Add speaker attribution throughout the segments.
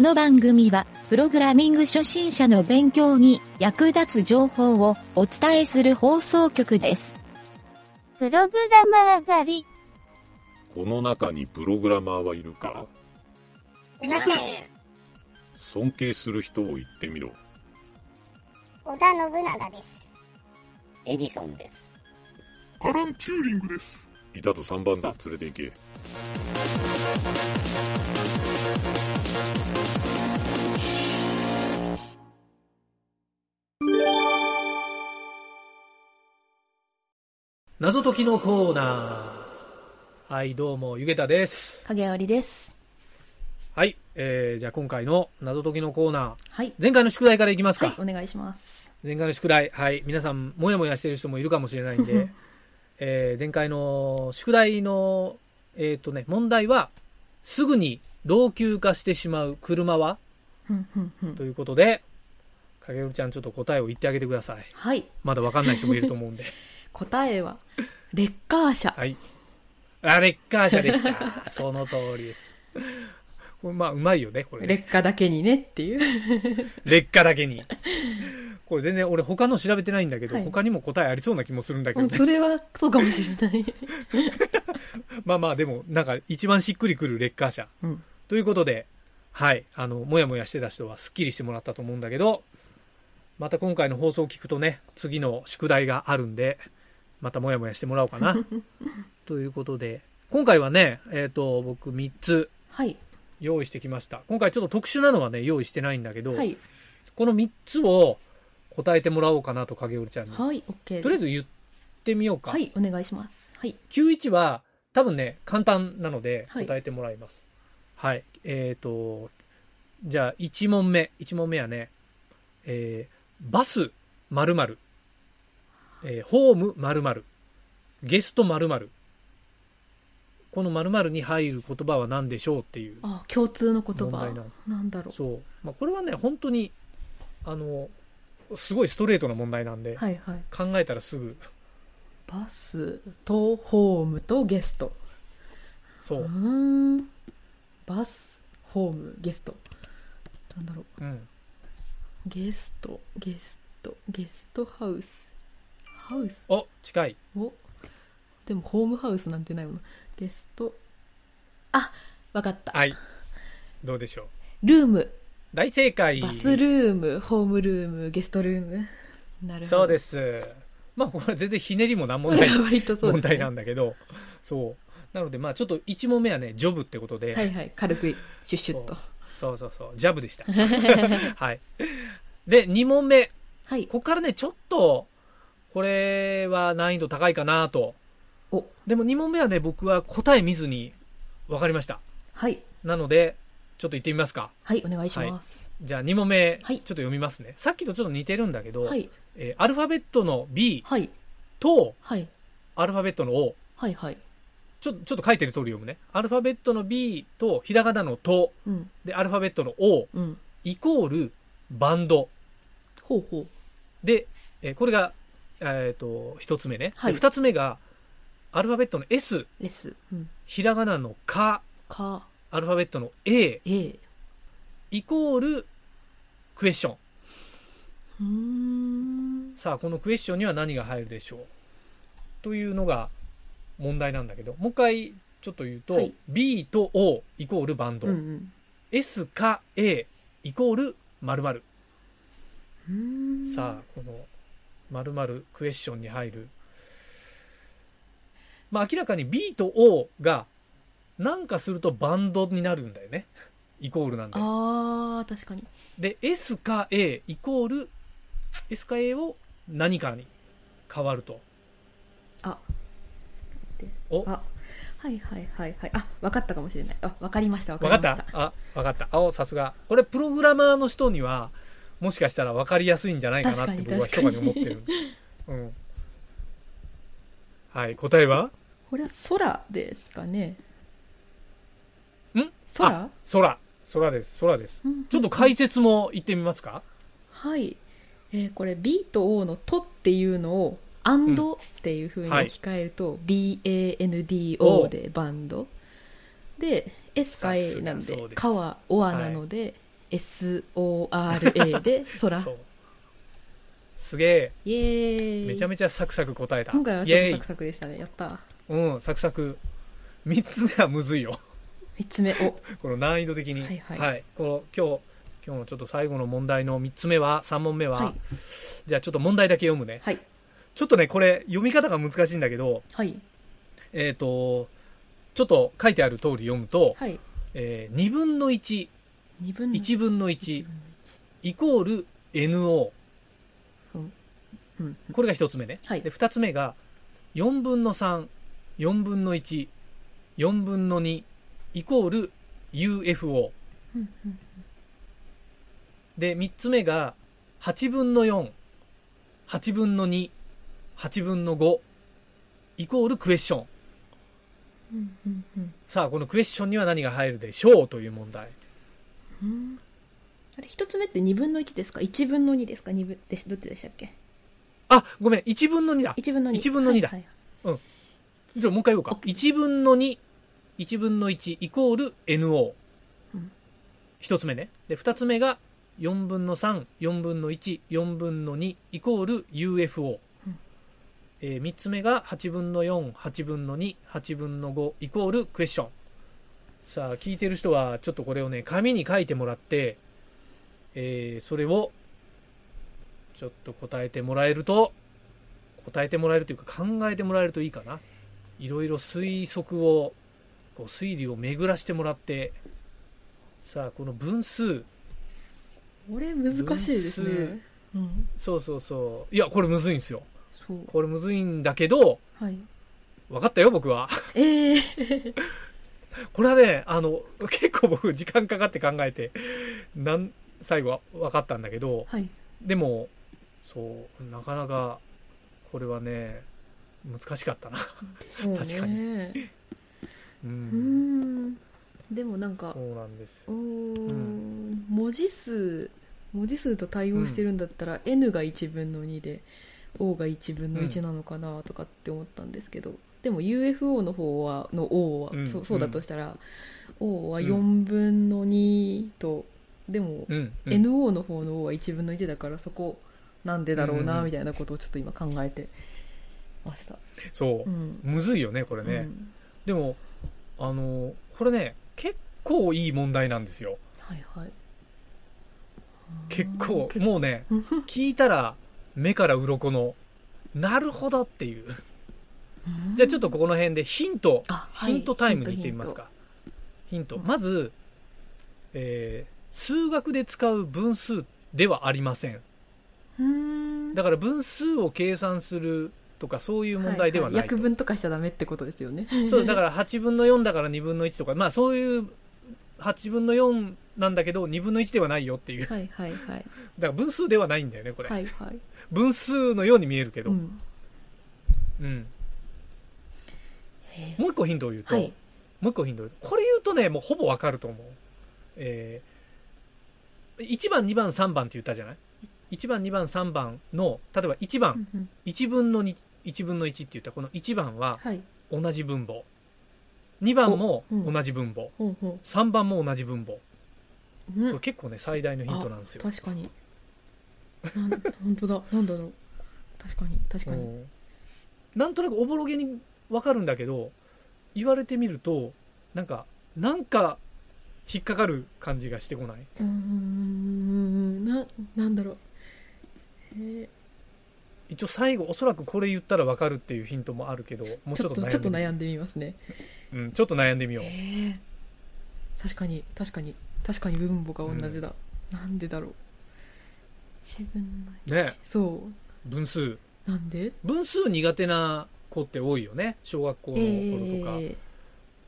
Speaker 1: の番組は、プログラミング初心者の勉強に役立つ情報をお伝えする放送局です。
Speaker 2: プログラマー狩り。
Speaker 3: この中にプログラマーはいるか
Speaker 4: いません。
Speaker 3: 尊敬する人を言ってみろ。
Speaker 4: 織田信長です。
Speaker 5: エディソンです。
Speaker 6: アラン・チューリングです。
Speaker 3: いたと3番だ、連れて行け。
Speaker 7: 謎解きのコーナー。はい、どうも、ゆげたです。
Speaker 8: 影織です。
Speaker 7: はい、えー、じゃあ今回の謎解きのコーナー。
Speaker 8: はい。
Speaker 7: 前回の宿題からいきますか。
Speaker 8: はい、お願いします。
Speaker 7: 前回の宿題。はい、皆さん、もやもやしてる人もいるかもしれないん で、えー、前回の宿題の、えっ、とね、問題は、すぐに老朽化してしまう車は
Speaker 8: ふんふんふん
Speaker 7: ということで、影織ちゃんちょっと答えを言ってあげてください。
Speaker 8: はい。
Speaker 7: まだわかんない人もいると思うんで。
Speaker 8: 答え は、レッカー車。
Speaker 7: はい。あ、レッカー車で した。その通りです。これまあ、うまいよね、これね、
Speaker 8: 劣化だけにねっていう。
Speaker 7: 劣化だけに。これ全然俺他の調べてないんだけど、
Speaker 8: はい
Speaker 7: 他にも答えありそうな気もするんだけ
Speaker 8: う
Speaker 7: ど
Speaker 8: ん
Speaker 7: ね。
Speaker 8: それはそうかもしれ ない。
Speaker 7: まあまあでも、なんか一番しっくりくる劣化車。
Speaker 8: うん。
Speaker 7: ということで、はい、あの、もやもやしてた人はスッキリしてもらったと思うんだけど、また今回の放送を聞くとね、次の宿題があるんで、またもやもやしてもらおうか な。ということで、今回はね、えっ、と、僕3つ
Speaker 8: はい。
Speaker 7: 用意してきました。今回ちょっと特殊なのはね、用意してないんだけど、
Speaker 8: はい。
Speaker 7: この3つを答えてもらおうかなと、影織ちゃんに。
Speaker 8: はい、OK です。
Speaker 7: とりあえず言ってみようか。
Speaker 8: はい、お願いします。はい。
Speaker 7: 91は多分ね、簡単なので
Speaker 8: はい
Speaker 7: 答えてもらいます。はい。えっ、と、じゃあ1問目。1問目はね、えーバス〇〇、えーホーム〇〇、ゲスト〇〇。この〇〇に入る言葉は何でしょうっていう。
Speaker 8: あ、共通の言
Speaker 7: 問
Speaker 8: 葉
Speaker 7: 題なの。
Speaker 8: なんだろう。
Speaker 7: そう。まあ、これはね、本当に、あの、すごいストレートな問題なんで、
Speaker 8: はいはい。
Speaker 7: 考えたらすぐ、
Speaker 8: バスとホームとゲスト。
Speaker 7: そうう。
Speaker 8: ーん。バス、ホーム、ゲスト。なんだろう。
Speaker 7: うん。
Speaker 8: ゲスト、ゲスト、ゲストハウス。ハウス
Speaker 7: お、近い。
Speaker 8: おでもホームハウスなんてないものゲストあわかった、
Speaker 7: はい。どうでしょう。
Speaker 8: ルーム
Speaker 7: 大正解。
Speaker 8: バスルームホームルームゲストルームなるほど
Speaker 7: そうですす。まあ、これは全然ひねりも何も
Speaker 8: こ
Speaker 7: ない
Speaker 8: れは割と そう
Speaker 7: 問
Speaker 8: です、ね、
Speaker 7: 題なんだけど、そう。なので、まあ、ちょっと1問目はね、ジョブってことで、
Speaker 8: はいはい軽くシュッシュッと
Speaker 7: そうそうそう、ジャブで した。はい。で、2問目。
Speaker 8: はい
Speaker 7: ここからね、ちょっと、これは難易度高いかなと。
Speaker 8: お
Speaker 7: でも2問目はね、僕は答え見ずに分かりました。
Speaker 8: はい
Speaker 7: なので、ちょっと行ってみますか。
Speaker 8: はいお願いします
Speaker 7: じゃあ2問目、
Speaker 8: は
Speaker 7: ちょっ
Speaker 8: い
Speaker 7: と読みますね。さっきとちょっと似てるんだけど、
Speaker 8: はい
Speaker 7: えーアルファベットの B
Speaker 8: はい
Speaker 7: と
Speaker 8: はい
Speaker 7: アルファベットの O。
Speaker 8: はいはい
Speaker 7: ちょちょっと書いてる通り読むね。アルファベットの B とひらがなのと、
Speaker 8: うん
Speaker 7: で、アルファベットの O
Speaker 8: うん
Speaker 7: イコールバンド。
Speaker 8: ほうほう
Speaker 7: で、えーこれが、えっ、と、一つ目ね。
Speaker 8: はい
Speaker 7: で二つ目が、アルファベットの S、
Speaker 8: レス、うん、
Speaker 7: ひらがなのか、
Speaker 8: か
Speaker 7: アルファベットの A
Speaker 8: え
Speaker 7: イコールクエスチョン。
Speaker 8: うーん
Speaker 7: さあ、このクエスチョンには何が入るでしょうというのが問題なんだけど、もう一回ちょっと言うと、
Speaker 8: はい
Speaker 7: B と O イコールバンド。
Speaker 8: うんうん
Speaker 7: S か A イコール〇〇。
Speaker 8: うーん
Speaker 7: さあ、この〇〇クエスチョンに入る。まあ明らかに B と O がなんかするとバンドになるんだよね。イコールなんだよ。
Speaker 8: あー確かに
Speaker 7: で、S か A イコール S か A を何かに変わると。
Speaker 8: あで
Speaker 7: お
Speaker 8: あはいはいはいはいあ分かったかもしれないあ分かりました分
Speaker 7: わ
Speaker 8: か
Speaker 7: かっ
Speaker 8: りました
Speaker 7: たあ、わかった。あお、さすが。これ、プログラマーの人には、もしかしたら分かりやすいんじゃないかなって
Speaker 8: 確かに
Speaker 7: 僕は密
Speaker 8: 確
Speaker 7: か
Speaker 8: か
Speaker 7: に
Speaker 8: に
Speaker 7: 思ってる。うん。はい、答えは
Speaker 8: これは空ですかね
Speaker 7: ん
Speaker 8: 空
Speaker 7: 空。空です、空です。
Speaker 8: うん
Speaker 7: ちょっと解説も言ってみますか
Speaker 8: はい、えーこれ B と O の「と」っていうのを「アンド」っていうふうに
Speaker 7: はい
Speaker 8: 置き換えると、BANDO でバンドで S
Speaker 7: さ
Speaker 8: か
Speaker 7: す
Speaker 8: A
Speaker 7: が
Speaker 8: なんで
Speaker 7: そうです
Speaker 8: 川オアなので、 SORA で空
Speaker 7: そうすげ
Speaker 8: イエ
Speaker 7: え
Speaker 8: ーイ
Speaker 7: めちゃめちゃサクサク答えた
Speaker 8: 今回は
Speaker 7: イ
Speaker 8: ちょっ
Speaker 7: エー
Speaker 8: とサ
Speaker 7: イ
Speaker 8: クサクでしたねやった
Speaker 7: うんサクサク3つ目はむずいよ
Speaker 8: 3つ目お
Speaker 7: この難易度的に
Speaker 8: はいはい
Speaker 7: この今日今日のちょっと最後の問題の3つ目は3問目は、
Speaker 8: はい
Speaker 7: じゃあちょっと問題だけ読むね
Speaker 8: はい
Speaker 7: ちょっとねこれ読み方が難しいんだけど
Speaker 8: はい
Speaker 7: えっ、とちょっと書いてある通り読むと、
Speaker 8: はい
Speaker 7: えー2分の11
Speaker 8: 2分の
Speaker 7: 分の1イコール NO
Speaker 8: うん
Speaker 7: これが1つ目ね、
Speaker 8: はい
Speaker 7: で2つ目が4分の34分の14分の2イコール UFO
Speaker 8: うんうん
Speaker 7: で3つ目が8分の48分の28分の5イコールクエスチョン
Speaker 8: うんうんうん
Speaker 7: さあこのクエスチョンには何が入るでしょうという問題
Speaker 8: うんあれ1つ目って2分の1ですか1分の2ですか2分ですどっちでしたっけ
Speaker 7: あごめん1分の2だ
Speaker 8: 1分の2
Speaker 7: 1分の2だ
Speaker 8: はいはい
Speaker 7: じゃあもう一回言おうか。1分の2、1分の1イコール NO
Speaker 8: うん。
Speaker 7: 一、つ目ね。で、二つ目が4分の3、4分の1、4分の2イコール UFO。
Speaker 8: うん
Speaker 7: えー三つ目が8分の4、8分の2、8分の5イコールクエスチョン。さあ、聞いてる人はちょっとこれをね、紙に書いてもらって、えーそれをちょっと答えてもらえると、答えてもらえるというか考えてもらえるといいかな。いろいろ推測をこう推理を巡らしてもらってさあこの分数
Speaker 8: これ難しいです
Speaker 7: 分
Speaker 8: ねうん
Speaker 7: そうそうそういやこれむずいんですよ
Speaker 8: そう
Speaker 7: これむずいんだけど
Speaker 8: はい
Speaker 7: 分かったよ僕は
Speaker 8: ええ
Speaker 7: これはねあの結構僕時間かかって考えてなん最後は分かったんだけど
Speaker 8: はい
Speaker 7: でもそうなかなかこれはね難しかったな、
Speaker 8: そう
Speaker 7: 確か
Speaker 8: ね
Speaker 7: う
Speaker 8: うー
Speaker 7: ん、
Speaker 8: んでもなんか
Speaker 7: そうなんですよ
Speaker 8: おー
Speaker 7: う
Speaker 8: 文字数文字数と対応してるんだったら、N が1分の2で O が1分の1なのかなとかって思ったんですけど、でも UFO の方はの O は、
Speaker 7: うん
Speaker 8: そううんそうだとしたら、O は
Speaker 7: うん
Speaker 8: 4分の2とでも、
Speaker 7: うん、うん
Speaker 8: NO の方の O は1分の1だからそこなんでだろう
Speaker 7: うんう
Speaker 8: なんみたいなことをちょっと今考えてました。
Speaker 7: そううんむずいよねこれね、
Speaker 8: うん
Speaker 7: でもあのこれね結構いい問題なんですよ
Speaker 8: はいはい、
Speaker 7: 結
Speaker 8: うん
Speaker 7: 構もうね聞いたら目から鱗のなるほどっていうじゃあちょっとここの辺でヒント
Speaker 8: あはい
Speaker 7: ヒントタイムに行ってみますかヒント
Speaker 8: うん
Speaker 7: まず、えー数学で使う分数ではありません
Speaker 8: うーん
Speaker 7: だから分数を計算するとかそういう問題ではない
Speaker 8: は約分とかしちゃダメってことです よね
Speaker 7: そうだから8分の4だから2分の1とかまあそういう8分の4なんだけど2分の1ではないよっていうだか
Speaker 8: はいはいはい
Speaker 7: ら分数ではないんだよねこれ、
Speaker 8: はいはい、
Speaker 7: 分数のように見えるけど、
Speaker 8: うん、
Speaker 7: うん
Speaker 8: へ
Speaker 7: もう一個ヒントを言うと、
Speaker 8: はい
Speaker 7: もう一個ヒントを言うとこれ言うとねもうほぼわかると思う、えー、1番2番3番って言ったじゃない1番2番3番の例えば1
Speaker 8: う
Speaker 7: 番
Speaker 8: んうん
Speaker 7: 1分の21分の1って言ったこの1番は
Speaker 8: はい
Speaker 7: 同じ分母2番も
Speaker 8: おうん
Speaker 7: 同じ分母、
Speaker 8: ほうほ
Speaker 7: 3番も同じ分母こ
Speaker 8: う、う
Speaker 7: れ結構ね最大のヒントなんですよ
Speaker 8: あ確かになん本当だなんだろう確かに確か
Speaker 7: う
Speaker 8: に
Speaker 7: んなんとなくおぼろげにわかるんだけど言われてみるとなんかなんか引っかかる感じがしてこないう
Speaker 8: ーんななんだろうへえ
Speaker 7: 一応最後おそらくこれ言ったらわかるっていうヒントもあるけどもう
Speaker 8: ち
Speaker 7: ち
Speaker 8: ょ
Speaker 7: ょ
Speaker 8: っ
Speaker 7: っ
Speaker 8: と
Speaker 7: と
Speaker 8: ちょっと
Speaker 7: 悩んでみよ
Speaker 8: 悩んでみますね
Speaker 7: う、うん、ちょっと悩んでみよ
Speaker 8: へ
Speaker 7: う
Speaker 8: え確かに確かに確かに分母が同じだ、なんでだろう自分の
Speaker 7: ね
Speaker 8: そ
Speaker 7: 分数
Speaker 8: うなんで
Speaker 7: 分数苦手な子って多いよね小学校の頃とか、
Speaker 8: え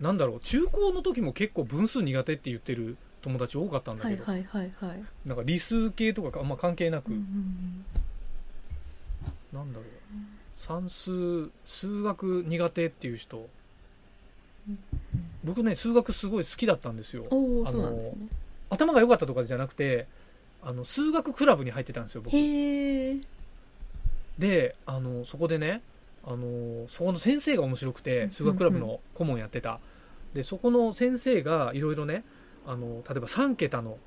Speaker 7: なんだろう中高の時も結構分数苦手って言ってる友達多かったん
Speaker 8: ー
Speaker 7: だ
Speaker 8: は
Speaker 7: け
Speaker 8: い
Speaker 7: ど、
Speaker 8: はいはいはい、
Speaker 7: なんか理数系とかあんま関係なく、
Speaker 8: うんうんうん
Speaker 7: なんだろう算数数学苦手っていう人、僕ね数学すごい好きだったんですよ
Speaker 8: おお
Speaker 7: あ
Speaker 8: そ
Speaker 7: の
Speaker 8: うなんですね
Speaker 7: 頭が良かったとかじゃなくてあの数学クラブに入ってたんですよ僕
Speaker 8: へえ
Speaker 7: であのそこでねあのそこの先生が面白く
Speaker 8: う
Speaker 7: て
Speaker 8: ん
Speaker 7: 数学クラブの顧問やってた、でそこの先生がいろいろねあの例えば3桁の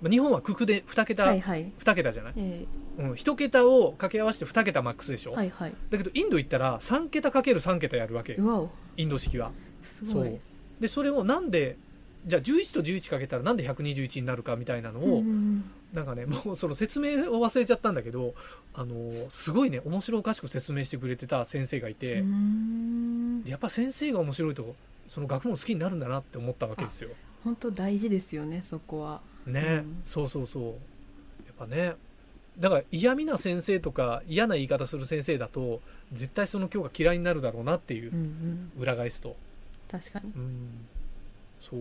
Speaker 7: まあ日本は九九で2桁、
Speaker 8: はいはい。
Speaker 7: 2桁じゃない、
Speaker 8: え
Speaker 7: うん、1桁を掛け合わせて2桁マックスでしょ、
Speaker 8: ー、はいはい。
Speaker 7: だけどインド行ったら3桁かける3桁やるわけよ
Speaker 8: うわお、
Speaker 7: インド式は
Speaker 8: す
Speaker 7: そ
Speaker 8: ご
Speaker 7: う
Speaker 8: い。
Speaker 7: でそれをなんでじゃあ11と11かけたらなんで121になるかみたいなのを、
Speaker 8: うんうん
Speaker 7: なんかね もうその説明を忘れちゃったんだけどあのすごいね面白おかしく説明してくれてた先生がいて、
Speaker 8: うんうーん
Speaker 7: でやっぱ先生が面白いとその学問好きになるんだなって思ったわけですよ
Speaker 8: 本当大事ですよね、そこは。
Speaker 7: ね、
Speaker 8: うん
Speaker 7: そうそうそうやっぱねだから嫌味な先生とか嫌な言い方する先生だと絶対その教科嫌いになるだろうなっていう
Speaker 8: うんうん。
Speaker 7: 裏返すと
Speaker 8: 確かに。
Speaker 7: うんそう、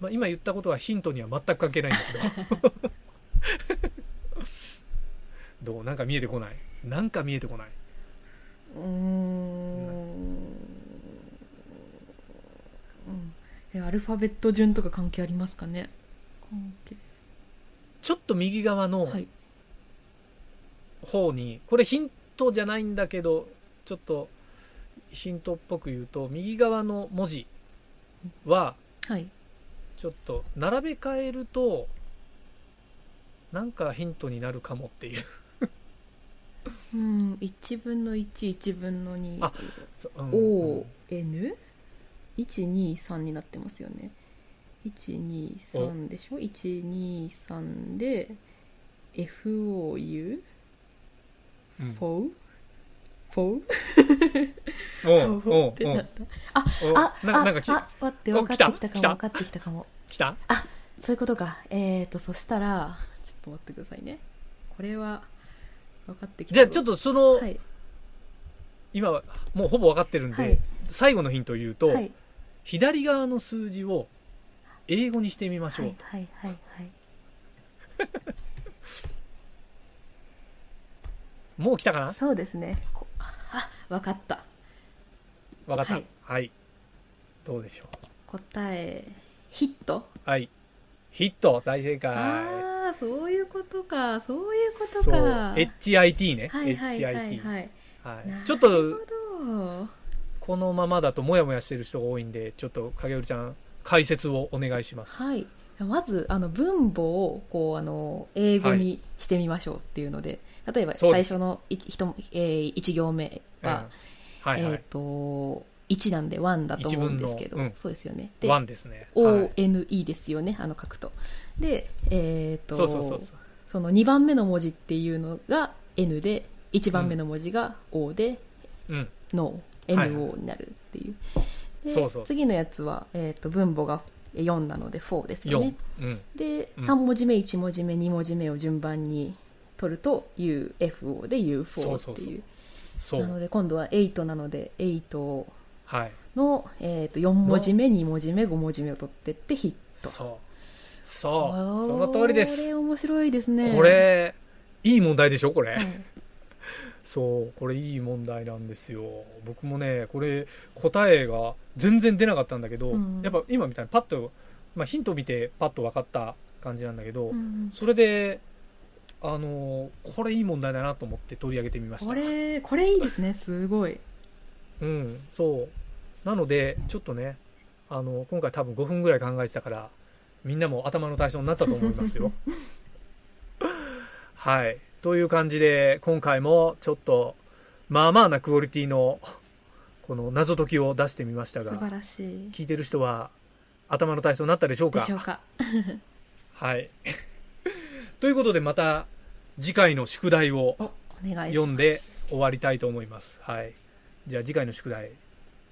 Speaker 7: まあ、今言ったことはヒントには全く関係ないんだけ どどうなんか見えてこないなんか見えてこないう
Speaker 8: ーん。うんえアルファベット順とか関係ありますかね関係。
Speaker 7: ちょっと右側の
Speaker 8: はい。
Speaker 7: 方に、これヒントじゃないんだけどちょっとヒントっぽく言うと右側の文字は
Speaker 8: はい。
Speaker 7: ちょっと並べ替えるとなんかヒントになるかもっていう
Speaker 8: うん、1分の1、1分の2。
Speaker 7: あそううん
Speaker 8: O、N? 123になってますよね123でしょ123で FOU?
Speaker 7: うん
Speaker 8: f o フォ
Speaker 7: うん
Speaker 8: ー
Speaker 7: うん
Speaker 8: フ
Speaker 7: うん
Speaker 8: ォーってなった
Speaker 7: うん
Speaker 8: あ
Speaker 7: なんか
Speaker 8: あ
Speaker 7: なんかき
Speaker 8: あ待って
Speaker 7: お
Speaker 8: 分かってきた
Speaker 7: 来
Speaker 8: か
Speaker 7: た
Speaker 8: も分かってきたかも
Speaker 7: 来た
Speaker 8: そういうことかえーとそしたらちょっと待ってくださいねこれは分かってきた
Speaker 7: じゃあちょっ
Speaker 8: と
Speaker 7: とその、
Speaker 8: はい
Speaker 7: 今はもうほぼ分かってるんで、
Speaker 8: はい
Speaker 7: 最後のヒントを言うと、
Speaker 8: はい
Speaker 7: 左側の数字を英語にしてみましょ
Speaker 8: は
Speaker 7: う、
Speaker 8: いはいはいはい
Speaker 7: もう来たかな
Speaker 8: そうですねこあ分かった
Speaker 7: 分かったは
Speaker 8: はいい、
Speaker 7: どうでしょ
Speaker 8: 答えヒット
Speaker 7: うはいヒット大正解
Speaker 8: ああそういうことかそういうこと
Speaker 7: そう
Speaker 8: か
Speaker 7: HIT ね、
Speaker 8: はいはいはい
Speaker 7: HIT、
Speaker 8: はい
Speaker 7: はい、
Speaker 8: な
Speaker 7: ちょっ
Speaker 8: な
Speaker 7: と
Speaker 8: るほど
Speaker 7: このままだとモヤモヤしてる人が多いんでちょっと影織ちゃん解説をお願いします
Speaker 8: はいまずあの文法をこうあの英語にしてみましょうっていうので、例えば
Speaker 7: そう
Speaker 8: 最
Speaker 7: です
Speaker 8: 初の 1, ひと、えー、一行目は、
Speaker 7: うんはいは
Speaker 8: えっ、
Speaker 7: い、
Speaker 8: と1なんで1だと思うんですけ
Speaker 7: 一
Speaker 8: ど、
Speaker 7: 分のうん
Speaker 8: そうですよねで
Speaker 7: ワンですね、はい
Speaker 8: ONE ですよねあの書くとでえっ、と
Speaker 7: そうそうそうそう
Speaker 8: その2番目の文字っていうのが N で1番目の文字が O で
Speaker 7: うん
Speaker 8: の
Speaker 7: はい
Speaker 8: NO になるっていう,で、
Speaker 7: そうそう
Speaker 8: 次のやつは、えー、と分母が4なので4ですよね
Speaker 7: 4、うん、
Speaker 8: で
Speaker 7: うん
Speaker 8: 3文字目1文字目2文字目を順番に取ると UFO で UFO ってい
Speaker 7: そ
Speaker 8: う
Speaker 7: うそうそうそ
Speaker 8: なの
Speaker 7: う
Speaker 8: で今度は8なので8
Speaker 7: はい
Speaker 8: の、えー、と4文字目2文字目5文字目を取ってってヒット
Speaker 7: そうそうその通りで
Speaker 8: こ
Speaker 7: す
Speaker 8: れ面白いですね
Speaker 7: これいい問題でしょこれ、
Speaker 8: はい
Speaker 7: そうこれいい問題なんですよ僕もねこれ答えが全然出なかったんだけど、
Speaker 8: うん
Speaker 7: やっぱ今みたいにパッと、まあ、ヒント見てパッと分かった感じなんだけど、
Speaker 8: うん
Speaker 7: それであのーこれいい問題だなと思って取り上げてみました
Speaker 8: これこれいいですねすごい
Speaker 7: うん、そう。なので、ちょっとね、あの、今回多分5分ぐらい考えてたから、みんなも頭の体操になったと思います よ。はい。という感じで、今回もちょっと、まあまあなクオリティの、この謎解きを出してみました
Speaker 8: 素晴
Speaker 7: が、
Speaker 8: らしい
Speaker 7: 聞いてる人は、頭の体操になったでしょう
Speaker 8: で
Speaker 7: か
Speaker 8: しょうか
Speaker 7: はい。ということで、また、次回の宿題を
Speaker 8: おお願いします
Speaker 7: 読んで終わりたいと思います。はい。じゃあ次回の宿題、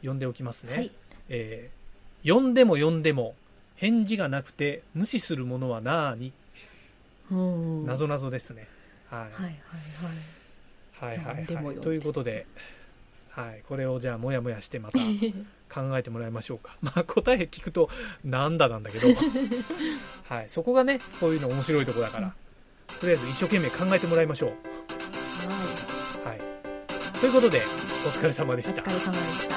Speaker 7: 読んでおきますね。
Speaker 8: はい
Speaker 7: えー呼んでも呼んでも返事がなくて無視するものはなーに、
Speaker 8: うん
Speaker 7: なぞなぞですね。はい。
Speaker 8: はいは
Speaker 7: は
Speaker 8: いはい
Speaker 7: い、はい、はい
Speaker 8: 呼んでも呼んでも
Speaker 7: ということで、はい。これをじゃあ、もやもやして また考えてもらいましょうか。 まあ、答え聞くと、なんだなんだ けど、はい。そこがね、こういうの面白いとこだから、とりあえず一生懸命考えてもらいましょう。
Speaker 8: はい
Speaker 7: はい。ということで、お疲れ様で
Speaker 8: お
Speaker 7: し
Speaker 8: 疲
Speaker 7: た
Speaker 8: れ。様でした。